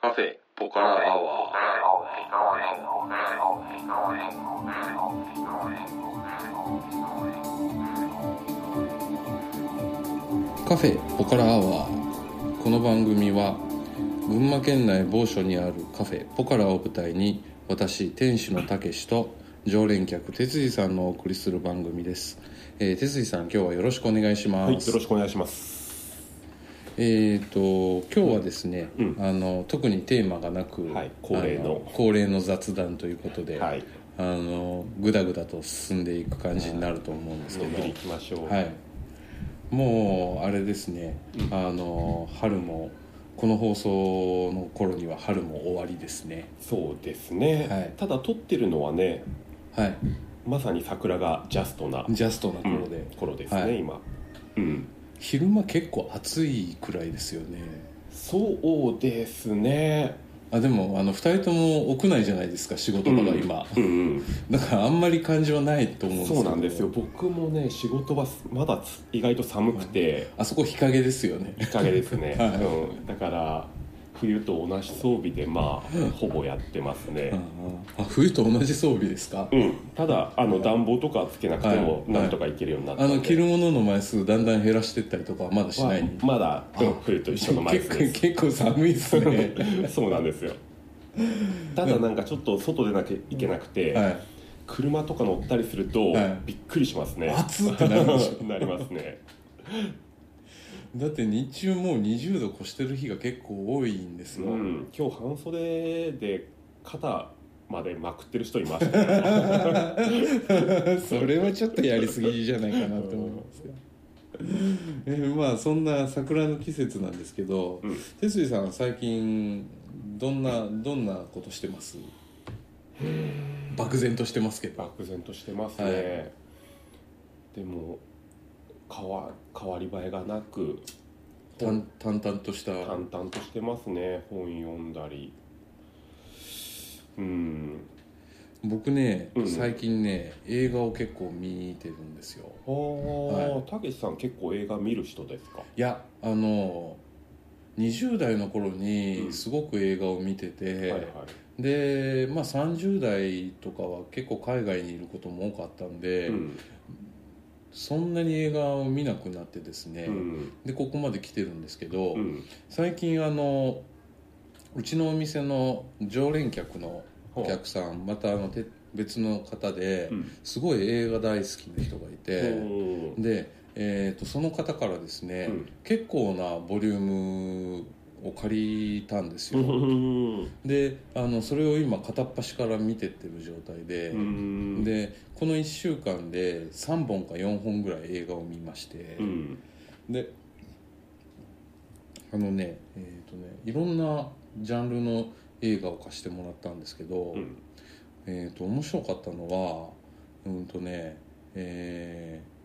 カフェポカラアワーカフェポカラアワーこの番組は群馬県内某所にあるカフェポカラを舞台に私店主のたけしと常連客哲司さんのお送りする番組です、えー、哲司さん今日はよろしくお願いします、はい、よろしくお願いします。えー、と今日はですね、うんあの特にテーマがなく、はい恒例のあ恒例の雑談ということで、はい、あのぐだぐだと進んでいく感じになると思うんですけのんど、びり行きましょう。はい、もうあれですね、あの春もこの放送の頃には春も終わりですねそうですね。はいただ撮ってるのはね、はいまさに桜がジャストなジャストなうん頃で、頃ですね、はい今。うん、昼間結構暑いくらいですよねそうですね。あでもあの2人とも屋内じゃないですか仕事場が今、うんうん、だからあんまり感じはないと思うんですけそどうなんですよ。僕もね、仕事はまだつ意外と寒くて、あそこ日陰ですよね日陰ですね。 はいうん、だから冬と同じ装備でまあほぼやってますね。あ冬と同じ装備ですか、うん、ただあの暖房とかはつけなくてもはいなんとかいけるようになったあんで、の着るものの枚数だんだん減らしてったりとかはまだしない、はまだうん冬と一緒のマイ結ス構です結構寒いですね そうなんですよただなんかちょっと外出なきゃいけなくて、はい車とか乗ったりするとはいびっくりしますね、暑ってなるでしなります ねょだって日中もう20度越してる日が結構多いんですうよ、ん今日半袖で肩までまくってる人いましたね それはちょっとやりすぎじゃないかなと思いますよえまあそんな桜の季節なんですけどうん哲司、さんは最近どんなどんなことしてます漠然としてますけど漠然としてますね、はでも変わ変わり映えがなく淡淡々とした淡々としてますね本読んだりうん僕ね、うん最近ね映画を結構見てるんですよああたけしさん結構映画見る人ですかいやあの20代の頃うにんすごく映画を見てて、はいはいで、まあ、30代とかは結構海外にいることも多かったんで、うんそんなに映画を見なくなってですね、うんでここまで来てるんですけど、うん最近あのうちのお店の常連客のお客さん、またあのて別の方でうんすごい映画大好きな人がいて、ほうで、えー、とその方からですね、結構なボリュームを借りたんですうよ、んであのそれを今片っ端から見てってる状態で、うんでこの1週間で3本か4本ぐらい映画を見まして、うんであのねえっ、とねいろんなジャンルの映画を貸してもらったんですけど、うんえっ、と面白かったのはうんとねえー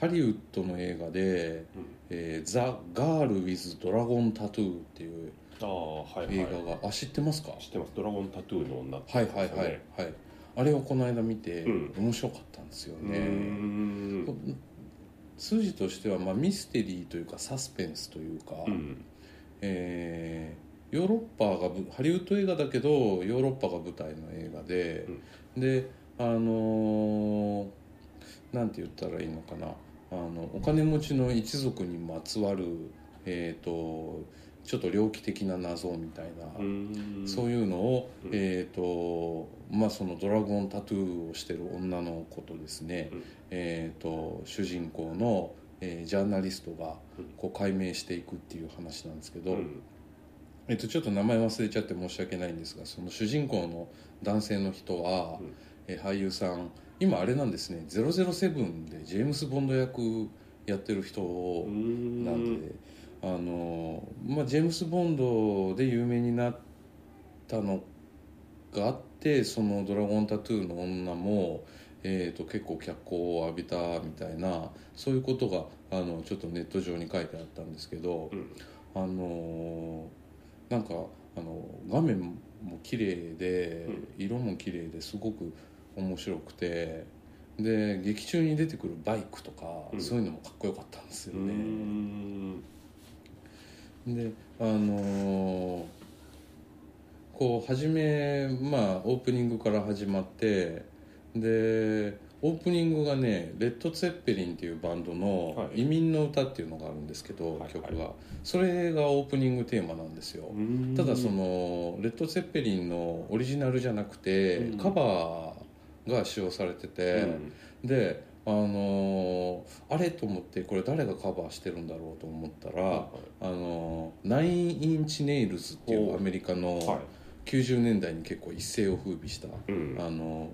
ハリウッドの映画で「えーザ・ガール・ウィズ・ドラゴン・タトゥー」っていうああはいはい映画が、あ知ってますか知ってますドラゴンタトゥーの女ってはやいつはいですよはい、ねはい、あれをこの間見て、うん面白かったんですようね、んこ数字としては、まあ、ミステリーというかサスペンスというか、うんえーヨーロッパがぶハリウッド映画だけどヨーロッパが舞台の映画で、であのーなんて言ったらいいのかなあのお金持ちの一族にまつわる、えー、とちょっと猟奇的な謎みたいな、うんそういうのを、うんえーとまあ、そのドラゴンタトゥーをしてる女の子とですね、うんえー、と主人公の、えージャーナリストがうんこう解明していくっていう話なんですけど、うんえー、とちょっと名前忘れちゃって申し訳ないんですがその主人公の男性の人は、うんえー俳優さん今あれなんですね「007」でジェームス・ボンド役やってる人をうんなんで、あのまあ、ジェームス・ボンドで有名になったのがあってその「ドラゴンタトゥーの女も」えー、と結構脚光を浴びたみたいなそういうことがあのちょっとネット上に書いてあったんですけど、うんあのなんかあの画面も綺麗で色も綺麗ですごく面白くてで劇中に出てくるバイクとか、うんそういうのもかっこよかったんですようね。んであのーこう初めまあオープニングから始まってでオープニングがね「レッド・ツェッペリン」っていうバンドのは「い移民の歌」っていうのがあるんですけど、はいはい曲がそれがオープニングテーマなんですよ、うんただそのレッド・ツェッペリンのオリジナルじゃなくて、うんカバーが使用されてて、であのーあれと思ってこれ誰がカバーしてるんだろうと思ったら、あのーナイン・インチ・ネイルズっていうおアメリカうんはの90年代に結構一世を風靡した、いうんあのー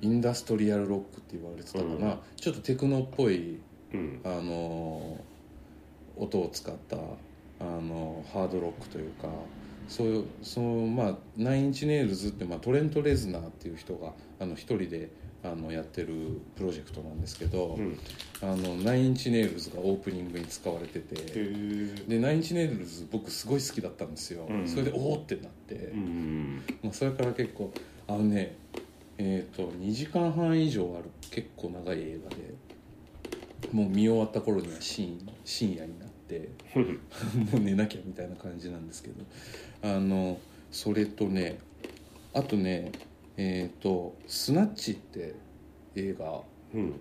インダストリアルロックって言われてたかな、うちょっとテクノっぽい、うんあのー音を使った、あのーハードロックというか。そういうそのまあナインインチネイルズって、まあ、トレント・レズナーっていう人があの一人であのやってるプロジェクトなんですけど、うんあのナインインチネイルズがオープニングに使われててへでナインインチネイルズ僕すごい好きだったんですよ、うんそれでおおってなって、えうんまあ、それから結構あのねえっ、と2時間半以上ある結構長い映画でもう見終わった頃には深深夜になって もう寝なきゃみたいな感じなんですけどあのそれとねあとねえっ、と「スナッチ」って映画うん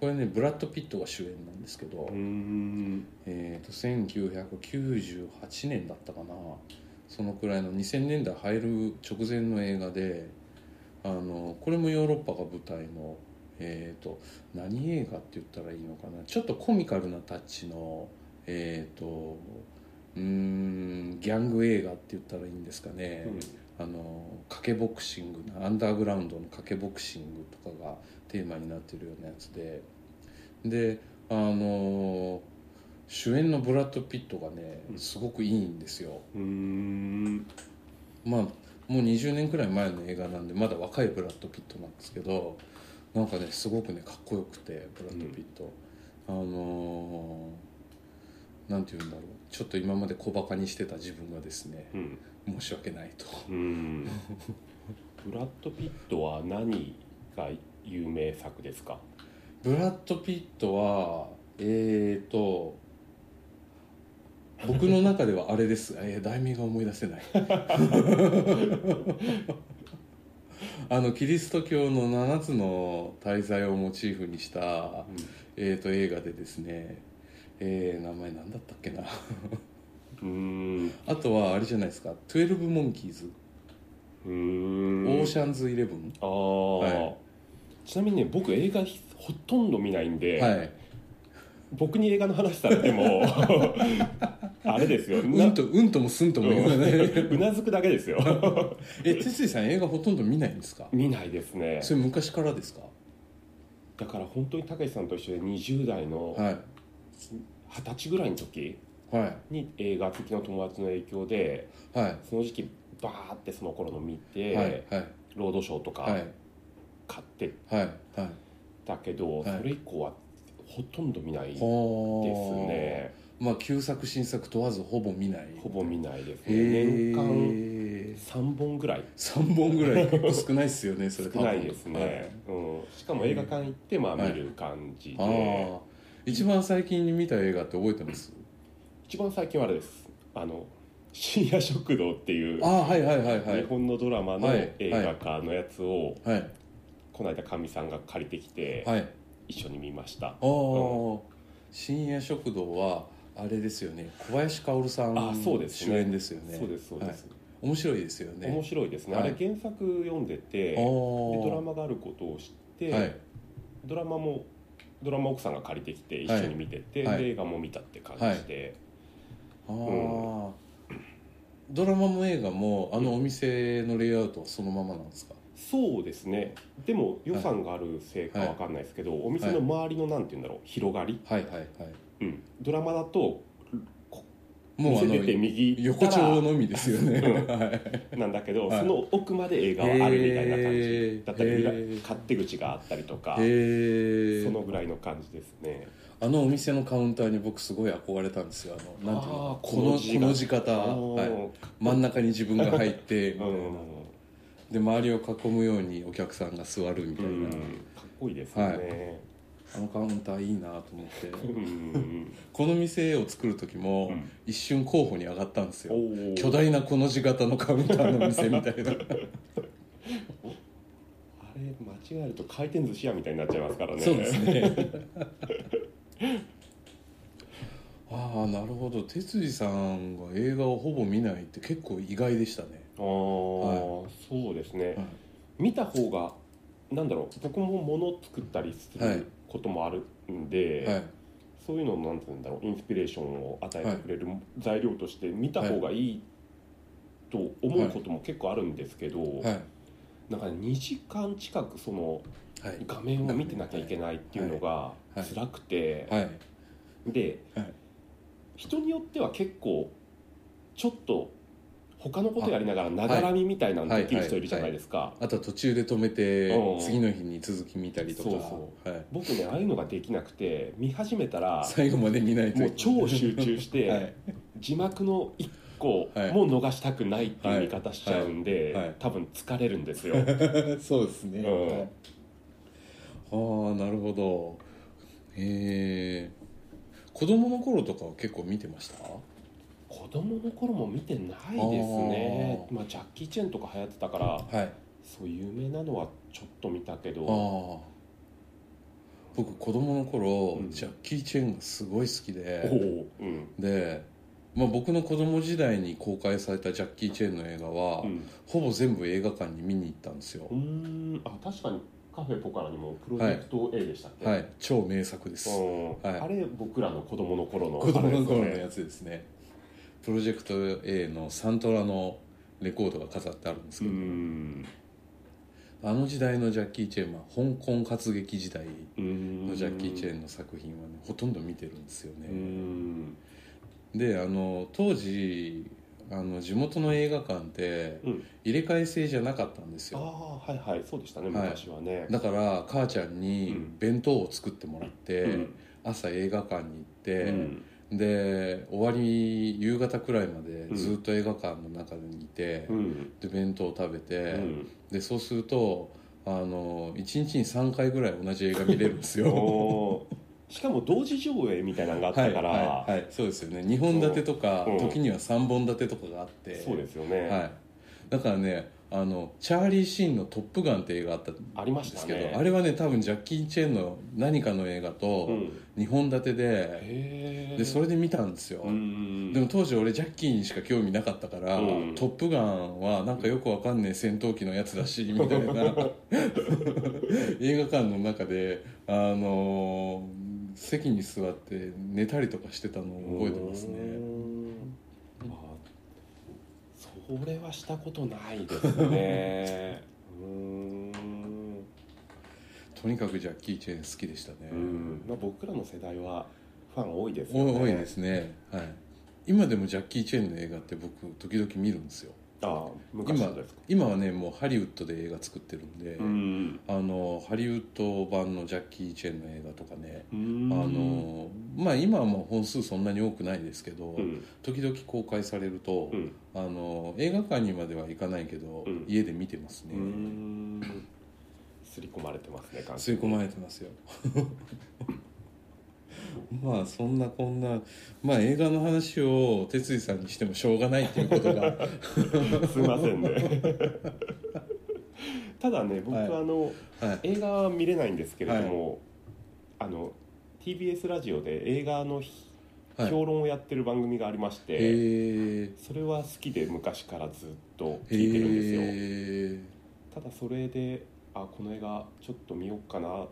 これねブラッド・ピットが主演なんですけど、うんえー、と1998年だったかなそのくらいの2000年代入る直前の映画であのこれもヨーロッパが舞台の、えー、と何映画って言ったらいいのかなちょっとコミカルなタッチのえっ、とうーんギャング映画って言ったらいいんですかね、あの賭けボクシングなアンダーグラウンドの賭けボクシングとかがテーマになってるようなやつでであの主演のブラッド・ピットがねうんすごくいいんですよ、うんまあもう20年くらい前の映画なんでまだ若いブラッド・ピットなんですけどなんかねすごくねかっこよくてブラッド・ピット、あのなんて言うんだろうちょっと今まで小バカにしてた自分がですねうん申し訳ないと。うんブラッド・ピットは何が有名作ですかブラッド・ピットはえーと僕の中ではあれです、えー題名が思い出せない あのキリスト教の7つの大罪をモチーフにした、えー、と映画でですねえー名前なんだったっけなうんあとはあれじゃないですか「12モンキーズ」うんオーシャンズイレブン」ああ、はちなみにね僕映画ひほとんど見ないんで、はい僕に映画の話されて もあれですようなんとうんともすんとも言わない うなずくだけですよ え哲井さん映画ほとんど見ないんですか見ないですねそれ昔からですかだから本当にたけしさんと一緒で20代のはい二十歳ぐらいの時はいに映画好きの友達の影響ではその時期バーってその頃の見いて、はいはいロードショーとはかい買ってはいはいたけど、はいそれ以降はほとんど見ないですほねまあ旧作新作問わずほぼ見ないほぼ見ないですねへ年間え3本ぐらい3本ぐらい結構少ないっすよ ねそれ少ないですね、うん、しかも映画館行ってまあはい見る感じで、はいああ一番最近に見た映画って覚えてます一番最近はあれですあの深夜食堂っていうああはいはいはいは日い本のドラマのはい映画化のやつをはいこの間かみさんが借りてきてはい一緒に見ました、ああ深夜食堂はあれですよね小林薫さんあそうですね主演ですよねそうですそうです、面白いですよ面ね白いですね、はいあれ原作読んでてあでードラマがあることを知って、はいドラマもドラマ奥さんが借りてきて一緒に見てて、はいで映画も見たって感じで、あードラマも映画もあのお店のレイアウトはそのままなんですか、そうですねでも予算があるせいかわかんないですけど、お店の周りのなんて言うんだろう広がり、はい、はいはいうん、ドラマだともうあ店の出て右行っ横たら丁のみですよね、うん はいなんだけど、はいその奥まで映画はあるみたいな感へじーだったり裏へー勝手口があったりとか、へえそのぐらいの感じですねあのお店のカウンターに僕すごい憧れたんですよあのなんていうのあーこのこの字こがの字方、おはい、ー真ん中に自分が入ってみたういんなで周りを囲むようにお客さんが座るみたういな、んかっこいいですよね、あのカウンターいいなと思ってうんこの店を作る時もうん一瞬候補に上がったんですよ、お巨巨大なこの字型のカウンターの店みたいなあれ間違えると回転寿司屋みたいになっちゃいますから ねそうです ねああなるほど哲司さんが映画をほぼ見ないって結構意外でしたね、ああ、そうですね、はい見た方がなんだろう僕も物を作ったりすはいることもあるんで、はい、そういうのをなんて言うんだろうインスピレーションを与えてくれる材料として見た方がいいと思うことも結構あるんですけど、はいなんか2時間近くそのはい画面を見てなきゃいけないっていうのがいはい辛くて、はいで、はい人によっては結構ちょっと他のことやりながらながらみみたいなのできる人いるじゃないですか。あとは途中で止めてうん次の日に続き見たりとかそうそはい、僕ねああいうのができなくて見始めたら最後まで見ないともう超集中して、はい 字幕の1個はいもう逃したくないっていう見方しちゃうんで、はいはい多分疲れる んですよそうですね、うんはいああなるほどえー、子供の頃とかは結構見てました子供の頃も見てないですねあーまあ、ジャッキー・チェンとか流行ってたからはいそう有名なのはちょっと見たけあどあ僕子供の頃、うんジャッキー・チェンがすごい好きおでおうんで、まあ、僕の子供時代に公開されたジャッキー・チェンの映画は、うんほぼ全部映画館に見に行ったんですよう、んあ確かにカフェポカラにもプロジェクト A でしたっけ、はい超名作ですうんはいあれ僕らの子供の頃の子供あれのですよ頃のねやつですねプロジェクト A のサントラのレコードが飾ってあるんですうけど、んあの時代のジャッキー・チェーンは香港活劇時代うんのジャッキー・チェーンの作品はねほとんど見てるんですようね、んであの当時あの地元の映画館ってうん入れ替え制じゃなかったんですあよ、あはいはいそうでしたねはい昔はね、だから母ちゃんうにん弁当を作ってもらっうてん朝映画館に行って、うんで終わり夕方くらいまでずっと映画館の中にいて、うんで弁当を食べうて、んでそうするとあの1日に3回ぐらい同じ映画見れるんですよ おーしかも同時上映みたいなのがあっはいたはかい、はら、い、そうですよね2本立てとかそううん時には3本立てとかがあってそうですよね、はい、だからねあのチャーリー・シーンの「トップガン」って映画あったんでありましすたけど、ねあれはね多分ジャッキー・チェンの何かの映画うとん、 2本立てで,、へえでそれで見たんですよ、うんでも当時俺ジャッキーにしか興味なかったから「うんトップガン」はなんかよくわかんねえ戦闘機のやつだしみた いな映画館の中で、あのー席に座って寝たりとかしてたのを覚えてますうねんあそれはしたことないですね うーん、とにかくジャッキー・チェーン好きでしたね、うんまあ、僕らの世代はファン多いですよねお多いですねはい今でもジャッキー・チェーンの映画って僕時々見るんですよああ昔のですか今はねもうハリウッドで映画作ってるんで、うんあのハリウッド版のジャッキー・チェーンの映画とかねああのまあ今はもう本数そんなに多くないですけど、うん時々公開されると、うんあの映画館にまでは行かないけど、うん家で見てますね、うーん刷り込まれてますね感吸い込まれてますよ まあそんなこんなまあ映画の話を哲司さんにしてもしょうがないっていうことが すいませんね ただね僕、はいあのはい映画は見れないんですけれども、あの TBS ラジオで映画のひはい評論をやってる番組がありましえて、ー、それは好きで昔からずっとえ聞いてるんですよ、ー、ただそれであこの映画ちょっと見よっかなっ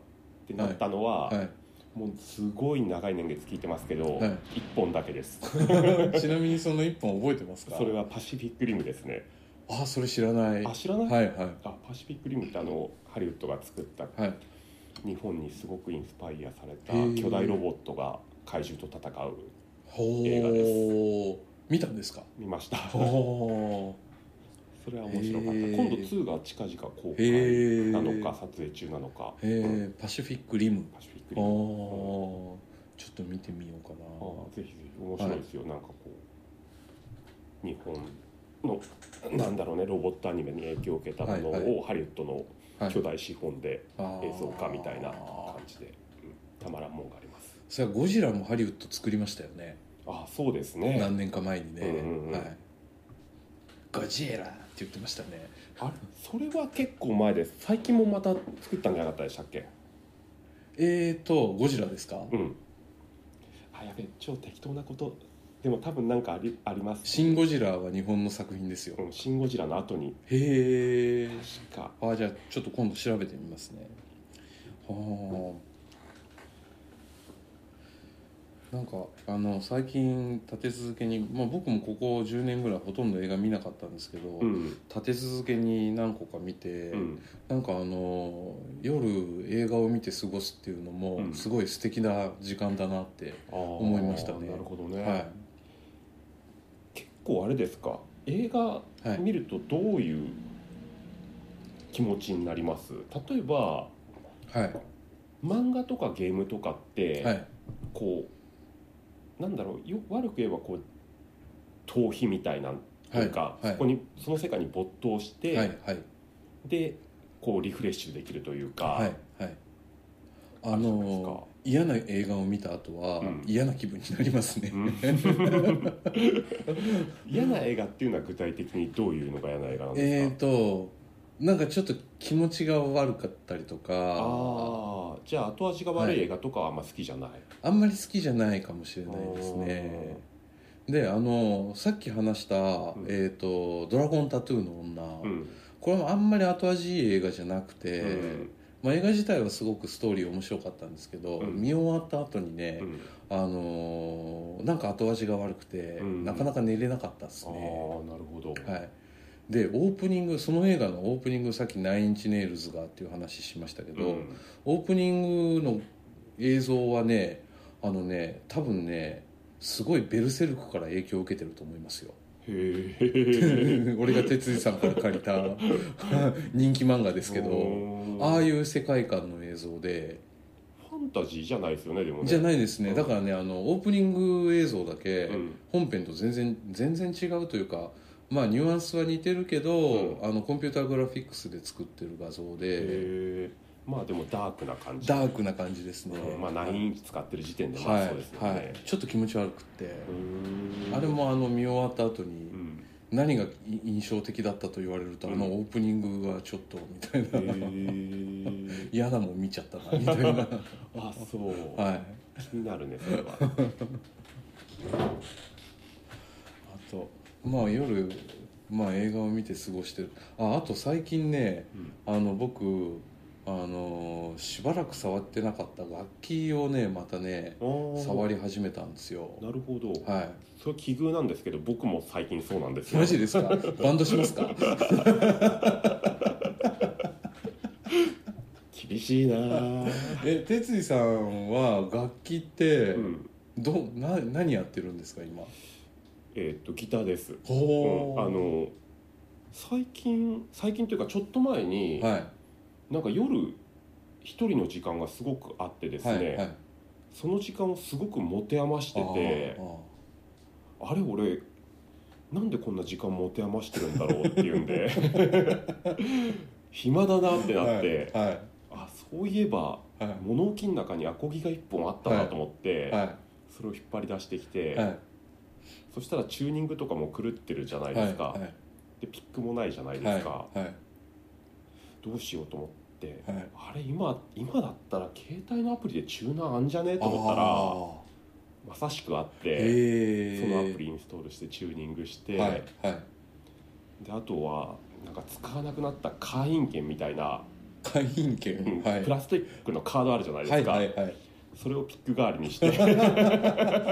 てなったのは、はもうすごい長い年月聞いてますけど、はい一1本だけ ですい ちなみにその一本覚えてますかそれはパシフィックリムですねあそれ知らないあは知らないいはいあパシフィックリムってあのハリウッドが作ったはい日本にすごくインスパイアされたへー巨大ロボットが怪獣と戦うほう映画見たんですか見ました そほれは面白かっへたー今度2が近々公うへえ開なのか撮影中なのかへえパシフィックリムパシフィッあクあリムちょっと見てみようかあーぜひぜひ面白いですよ、なんかこう日本のなんだろうねロボットアニメに影響を受けたものを、はいハリウッドのな、はい巨大資本であー映像化みたいな感じで、たまらんもんがありますそれはゴジラもハリウッド作りましたよねあそうですね何年か前にね、うんうんうんはい、ゴジラって言ってましたねあれそれは結構前です最近もまた作ったんじゃなかったでしたっけえーとゴジラですかうんあやべえ超適当なことでも多分なんかありあります「シン・ゴジラ」は日本の作品ですようんシン・ゴジラの後にへえ確かあじゃあちょっと今度調べてみますねはあなんかあの最近立て続けに、まあ、僕もここ10年ぐらいほとんど映画見なかったんですけど、うん、立て続けに何個か見て、うん、なんかあの夜映画を見て過ごすっていうのうもんすごい素敵な時間だなって、思いましたねなるほどね、は結構あれですか映画いはい見るとどういう気持ちになります例えばはい漫画とかゲームとかって、はいこうなんだろうよ悪く言えばこう逃避みたいなというか、はいはいそこにその世界に没頭して、はいはいでこうリフレッシュできるというか、はいはいあるじゃないですかの嫌な映画を見た後はうん嫌な気分になりますね、うん 嫌な映画っていうのは具体的にどういうのが嫌な映画なんですえか、ーとなんかちょっと気持ちが悪かったりとかああじゃあ後味が悪い映画とかはあんま好きじゃない、あんまり好きじゃないかもしれないですねであのさっき話した「んえー、とドラゴンタトゥーの女」うんこれもあんまり後味いい映画じゃなくて、うんまあ、映画自体はすごくストーリー面白かったんですけど、うん見終わった後にねう、んあのーなんか後味が悪くて、うんなかなか寝れなかったですああね、なるほど、はい、でオープニングその映画のオープニングさっき「ナインチネイルズが」っていう話しましたけど、うんオープニングの映像はねあのね多分ねすごいベルセルクから影響を受けてると思います よへえ俺が哲二さんから借りた 人気漫画ですけどあああいう世界観の映像でファンタジーじゃないですよねでもね、じゃないいですねだからねあのオープニング映像だけうん本編と全然全然違うというかまあニュアンスは似てるけどあのコンピューターグラフィックスで作ってる画像でへえまあでもダークな感じダークな感じですねうんまあはい9インチ使ってる時点でまあそうですよね、はいちょっと気持ち悪くってうーんあれもあの見終わった後うにん何が印象的だったと言われるとあのオープニングはちょっとみたいへなえ嫌なもん見ちゃったなみたいな あそう、はい気になるねそ れはあとまあ夜まあ映画を見て過ごしてるああと最近ねうんあの僕あのーしばらく触ってなかった楽器をねまたねあー触り始めたんですよなるほど、はそれ奇遇なんですけど僕も最近そうなんですいよマジ ですかバンドしますか厳しいなあ え哲二さんは楽器ってうんどな何やってるんですか今えっとギターですほうんあの最近最近というかちょっと前に、はいなんか夜一人の時間がすごくあってですね、はいはいその時間をすごく持て余しててあーああれ俺なんでこんな時間持て余してるんだろうっていうんで 暇だなってーなって、はいあそういえばはいは物置の中にアコギが1本あったなと思って、いはそれを引っ張り出してきて、いはいそしたらチューニングとかも狂ってるじゃないはでいすか、はいでピックもないじゃないはでいすか、はいどうしようと思ってはいあれ今今だったら携帯のアプリでチューナーあんじゃねえと思ったらあーまさしくあって、えそのアプリリインストールしてチューニングして、はいはいであとはなんか使わなくなった会員券みたいな、会員うん権はいプラスチックのカードあるじゃないではすいか、はいはいそれをピック代わりに してなん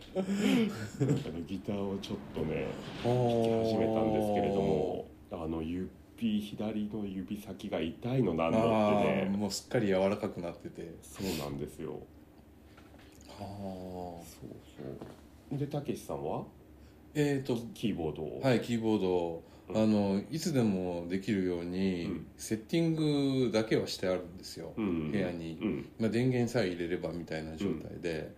かねギターをちょっとね弾き始めたんですけれどもあの指左の指先が痛いのなんあだってーねもうすっかり柔らかくなっててそうなんですよあーそうそうでたけしさんはえっとキーボードを、はいキーボードうんあのいつでもできるよううにんセッティングだけはしてあるんですようん、部屋にうんまあ、電源さえ入れればみたいな状態で、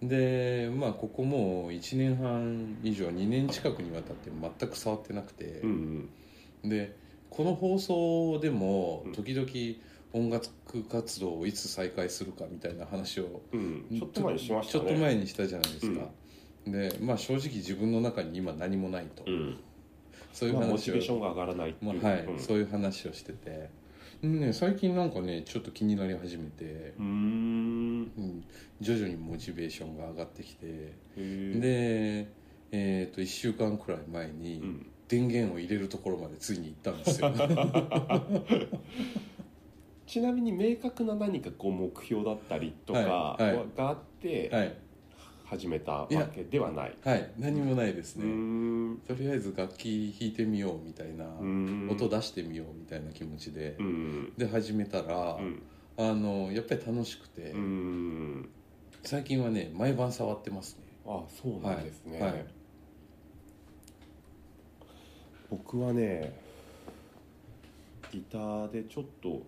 でまあここもう1年半以上2年近くにわたって全く触ってなくてう、んでこの放送でもうん時々、音楽活動をいつ再開するかみたいな話をうん、ちょっと前にしましたちょねっと前にしたじゃないですか、でまあ正直自分の中に今何もないと、うんそういうまあ、モ話チを、ベーションが上がらないってまいう、あはいうんそういう話をしてて、ね、最近なんかねちょっと気になり始めて、うーんうん、徐々にモチベーションが上がってきてへーで、えー、と1週間くらい前うにん、電源を入れるところまでついに行ったん ですよちなみに明確な何かこう目標だったりとかははいはいがあってはい始めたわいやけではない。はい何もないですうーねんとりあえず楽器弾いてみようみたいなうーん音出してみようみたいな気持ちでうんで始めたらうんあのやっぱり楽しくてうん最近はね毎晩触ってますねあそうなんですね、はいはい僕はねギターでちょっと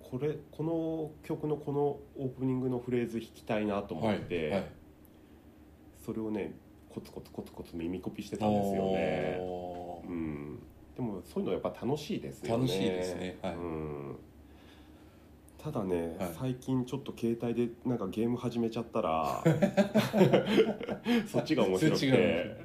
これこの曲のこのオープニングのフレーズ弾きたいなと思って、はいはいそれをねコツコツコツコツ耳コピしてたんですよね、おーうん、でもそういうのやっぱ楽しいですよね楽しいですねはいうん、ただね、はい最近ちょっと携帯でなんかゲーム始めちゃっ たらそっちが面白そくっちが面て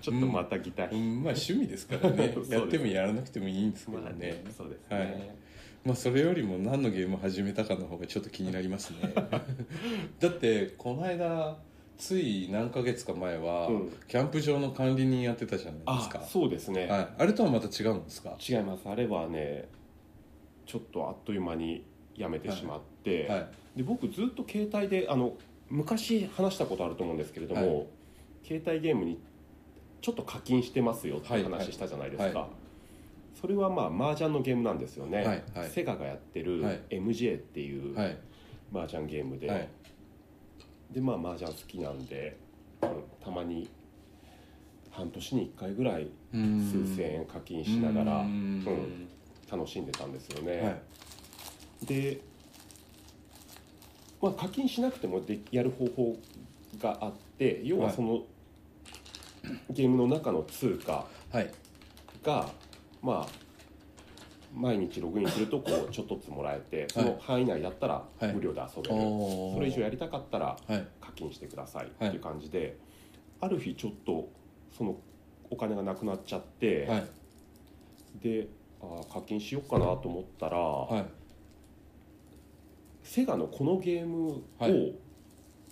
ちょっとまたギターう弾んまあ趣味ですからね そうですやってもやらなくてもいいんですくけどまあねねそうですはねい、まあそれよりも何のゲーム始めたかの方がちょっと気になります ねだってこの間つい何ヶ月か前は、うんキャンプ場の管理人やってたじゃないですあかそうですね、はい、あれとはまた違うんですかは違いますあれはねちょっとあっという間にやめてしまって、いはいで僕ずっと携帯であの昔話したことあると思うんですけれども、携帯ゲームにちょっと課金してますよってはいはい話したじゃないですか、はそれはまあ麻雀のゲームなんですよね、はいはいセガがやってるはい MJ っていうはい麻雀ゲームで、はいでまあ麻雀好きなんで、うんたまに半年に1回ぐらい数千円課金しながうらん楽しんでたんですよはね、いで、まあ、課金しなくてもでやる方法があって要はその、ゲームの中の通貨はいがまあ毎日ログインするとこうちょっとずつもらえてその範囲内だったらはい無料で遊べおる、おそれ以上やりたかったらはい課金してくださいってはいいう感じで、ある日ちょっとそのお金がなくなっちゃって、はいであー課金しようかなと思ったら、はいセガのこのゲームはを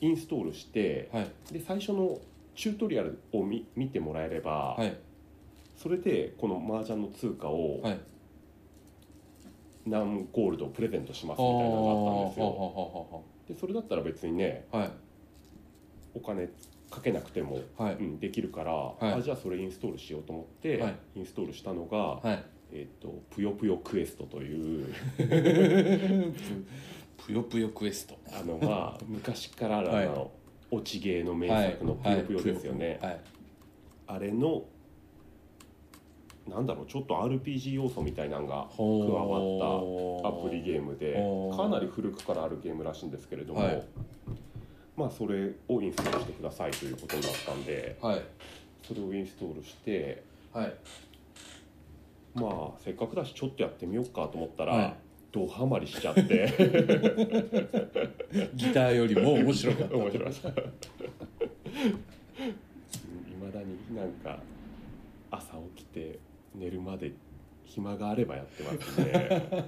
インストールして、はいで最初のチュートリアルを見見てもらえれば、はいそれでこの麻雀の通貨をはい何ゴールドをプレゼントしますみたいなのがあったんですよはでそれだったら別にねいはいお金かけなくても、はいうん、できるから、いあじゃあそれインストールしようと思って、はいインストールしたのが、はいえっとぷよぷよクエストというぷよぷよクエストあの まあ昔からあるあの、落ちゲーの名作のぷよぷよですよね、はいあれのなんだろうちょっと RPG 要素みたいなのが加ほアプリゲームでおーかなり古くからあるゲームらしいんですけれども、はいまあそれをインストールしてくださいということになったんではいそれをインストールしてはいまあせっかくだしちょっとやってみようかと思ったら、はいドハマりしちゃってギターよりも面白かった 面白いいまだになんか朝起きて寝るまで暇があればやってます ね。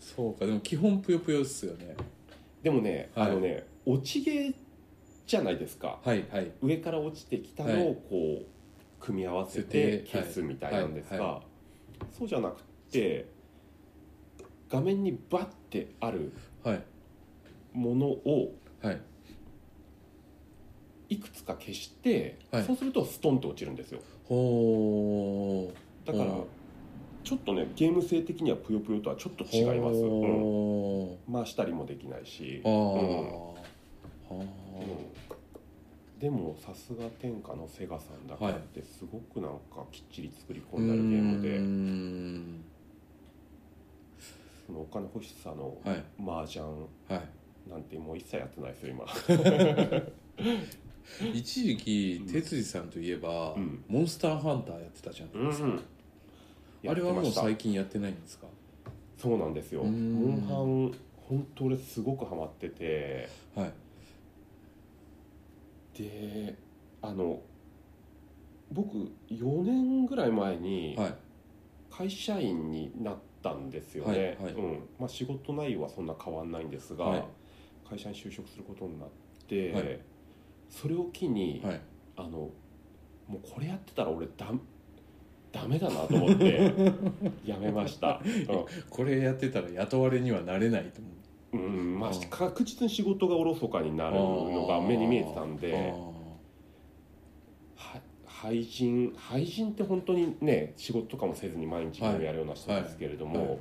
そうかでも基本ぷよぷよですよねでもね、はいあのね落ち毛じゃないですかはいはい上から落ちてきたのをこう組み合わせて消すみたいなんですが、はいはそうじゃなくて画面にバッてあるはいものをはいいくつか消して、はいそうするとストンと落ちるんですよほーだからうんちょっとねゲーム性的にはぷよぷよとはちょっと違います、うん、ほ回したりもできないしーあーあうんでもさすが天下のセガさんだからってすごくなんかきっちり作りー込んだゲームうーでんそのお金欲しさのはい麻雀はなんてもう一切やってないですよ今い一時期うん哲司さんといえばうんモンスターハンターやってたじゃないですかうんやあってれはまもうした最近やってないんですかそうなんですようモーんンハン本当俺すごくハマっててはいであの僕4年ぐらい前にはい会社員になったんですよね、はいはいうんまあ、仕事内容はそんな変わんないんですが、はい会社に就職することになって、はいそれを機に、はいあのもうこれやってたら俺だダメだなと思って やめました、これやってたら雇われにはなれないと思ううんうんまあうん、確実に仕事がおろそかになるのが目に見えてたんでは廃人廃人って本当にね仕事とかもせずに毎日ゲームやるような人なんですけれども、はいはい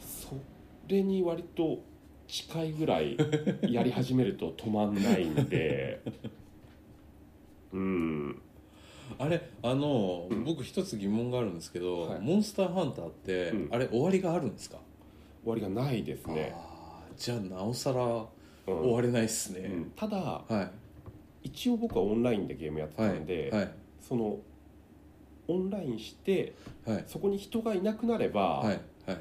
それに割と近いぐ らいやり始めると止まんないんでうんあーあれあの、うん僕一つ疑問があるんですけど、はいモンスターハンターって、うんあれ終わりがあるんですか、終わりがないですね、あーじゃあなおさら終うんわれないっすね、うんただはい一応僕はオンラインでゲームやってたはんで、いはいそのオンラインしてはいそこに人がいなくなれば、はいはい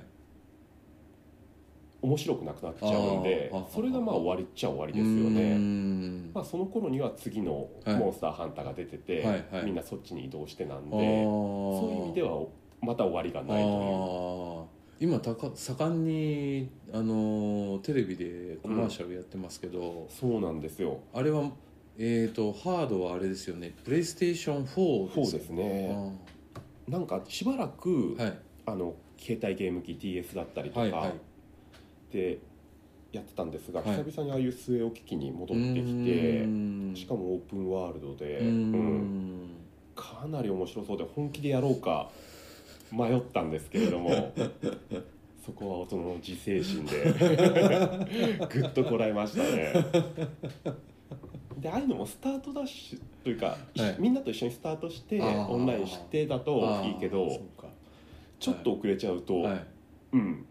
面白くなくなっちゃうんであーそれがまあ終わりっちゃ終わりですようーね。んまあ、その頃には次のはいモンスターハンターが出てて、はいはいみんなそっちに移動してなんで、あーそういう意味ではまた終わりがあないとー今たか盛んにあのーテレビでコマーシャルやってますけどいう、そうなんですよあれはえー、とハードはあれですよねプレイステーション4そうですあねーなんかしばらく、はいあの携帯ゲーム機 DS だったりとか、はいはいでやってたんですが、はい久々にああいう末置き機に戻うってきてーんしかもオープンワールドで、うーんうんかなり面白そうで本気でやろうか迷ったんですけれ どもそこは大人の自制 心でぐっとこらえましたね。でああいうのもスタートダッシュというか、いはいみんなと一緒にスタートしてあーオンラインしてだとあーいいけそどうちょっと遅れちゃうと、かはいうん、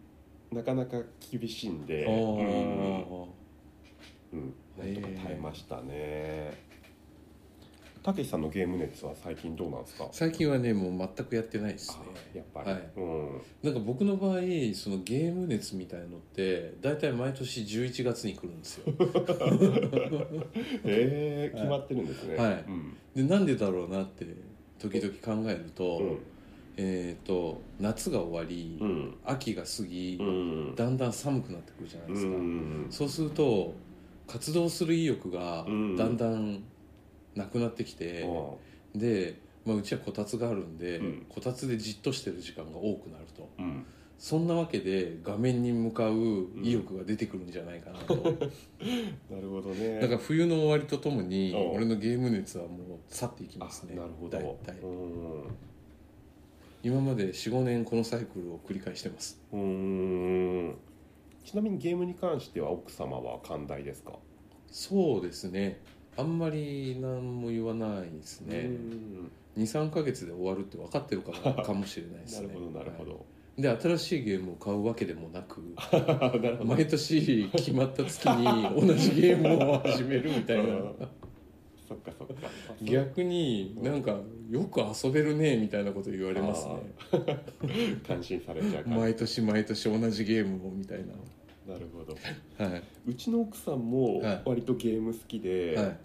なかなか厳しいんで、あーうんうんへなんーとか耐えましたね。たけしさんのゲーム熱は最近どうなんですか最近はねもう全くやってないですねあやっぱり、はいうんなんか僕の場合そのゲーム熱みたいのって大体毎年11月に来るんですよえー、はい決まってるんですね。はいうん。でなんでだろうなって時々考えると、うん。えっ、と夏が終わり、うん。秋が過ぎ、うん。だんだん寒くなってくるじゃないうんですか、うんそうすると活動する意欲がうんだんだんなくなってきて、で、まあ、うちはこたつがあるんで、うんこたつでじっとしてる時間が多くなるとうん。そんなわけで画面に向かう意欲が出てくるんじゃないかなと、 なるほどね。だから冬の終わりとともにうん俺のゲーム熱はもう去っていきますねあなるほ大ど。体うん。今まで45年このサイクルを繰り返してますうん。ちなみにゲームに関しては奥様は寛大ですか。そうですねあんまり何も言わないですね、うん。 23ヶ月で終わるって分かってるから かもしれないですなねるほどなるほど。はいで新しいゲームを買うわけでもな くなるほど。毎年決まった月 に同じゲームを始めるみたいなうん そっかそっか。逆になんかよく遊べるねみたいなこと言われますね感心されちゃうから。なる毎年毎年同じゲームをみたいほど。なはいうちの奥さんもはい割とゲーム好きで。はい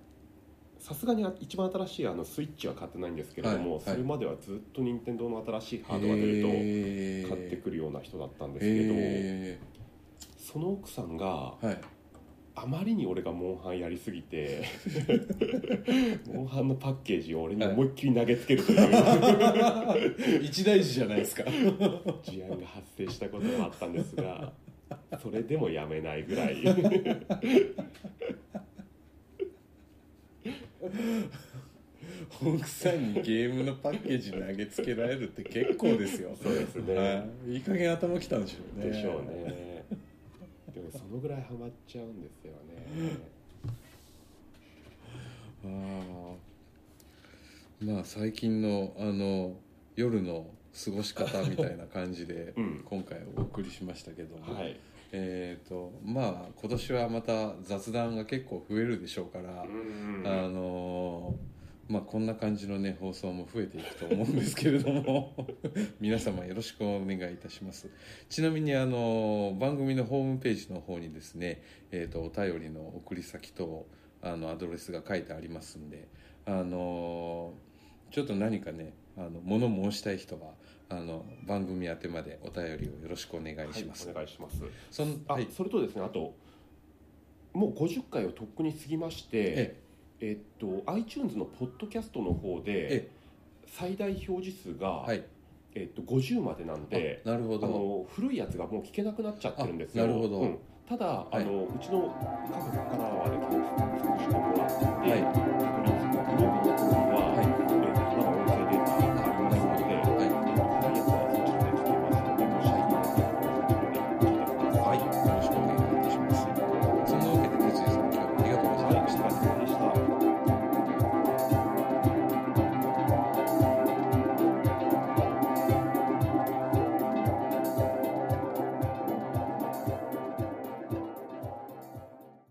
さすがに一番新しいあのスイッチは買ってないんですけれども、はいそれまではずっと任天堂の新しいハードが出るると買ってくるような人だったんですけど、えその奥さんがーはいあまりに俺がモンハンやりすぎてモンハンのパッケージを俺に思いっきり投げつけるという 一大事じゃないですか事案が発生したことがあったんですがそれでもやめないぐらい奥さんにゲームのパッケージ投げつけられるって結構ですよそうですね、はい、いい加減頭きたんでしょうねでしょうねでもそのぐらいハマっちゃうんですよねあーまあ最近のあの夜の過ごし方みたいな感じで うん今回お送りしましたけども、はい、えっ、とまあ今年はまた雑談が結構増えるでしょうから、うんあのーまあこんな感じのね放送も増えていくと思うんですけれども 皆様よろしくお願いいたしますちなみにあの番組のホームページの方にですね、えー、とお便りの送り先とあのアドレスが書いてありますんであのちょっと何かねあの物申したい人はあの番組宛てまでお便りをよろしくお願いします、お願いしますそのあ、はいそれとですねあともう50回をとっくに過ぎましてええっと iTunes のポッドキャストの方でえ最大表示数が、はいえっと、50までなんであなるほあどの古いやつがもう聞けなくなっちゃってるんですよあなるほどうんただ、あのうちの家族からはね結構聞く人も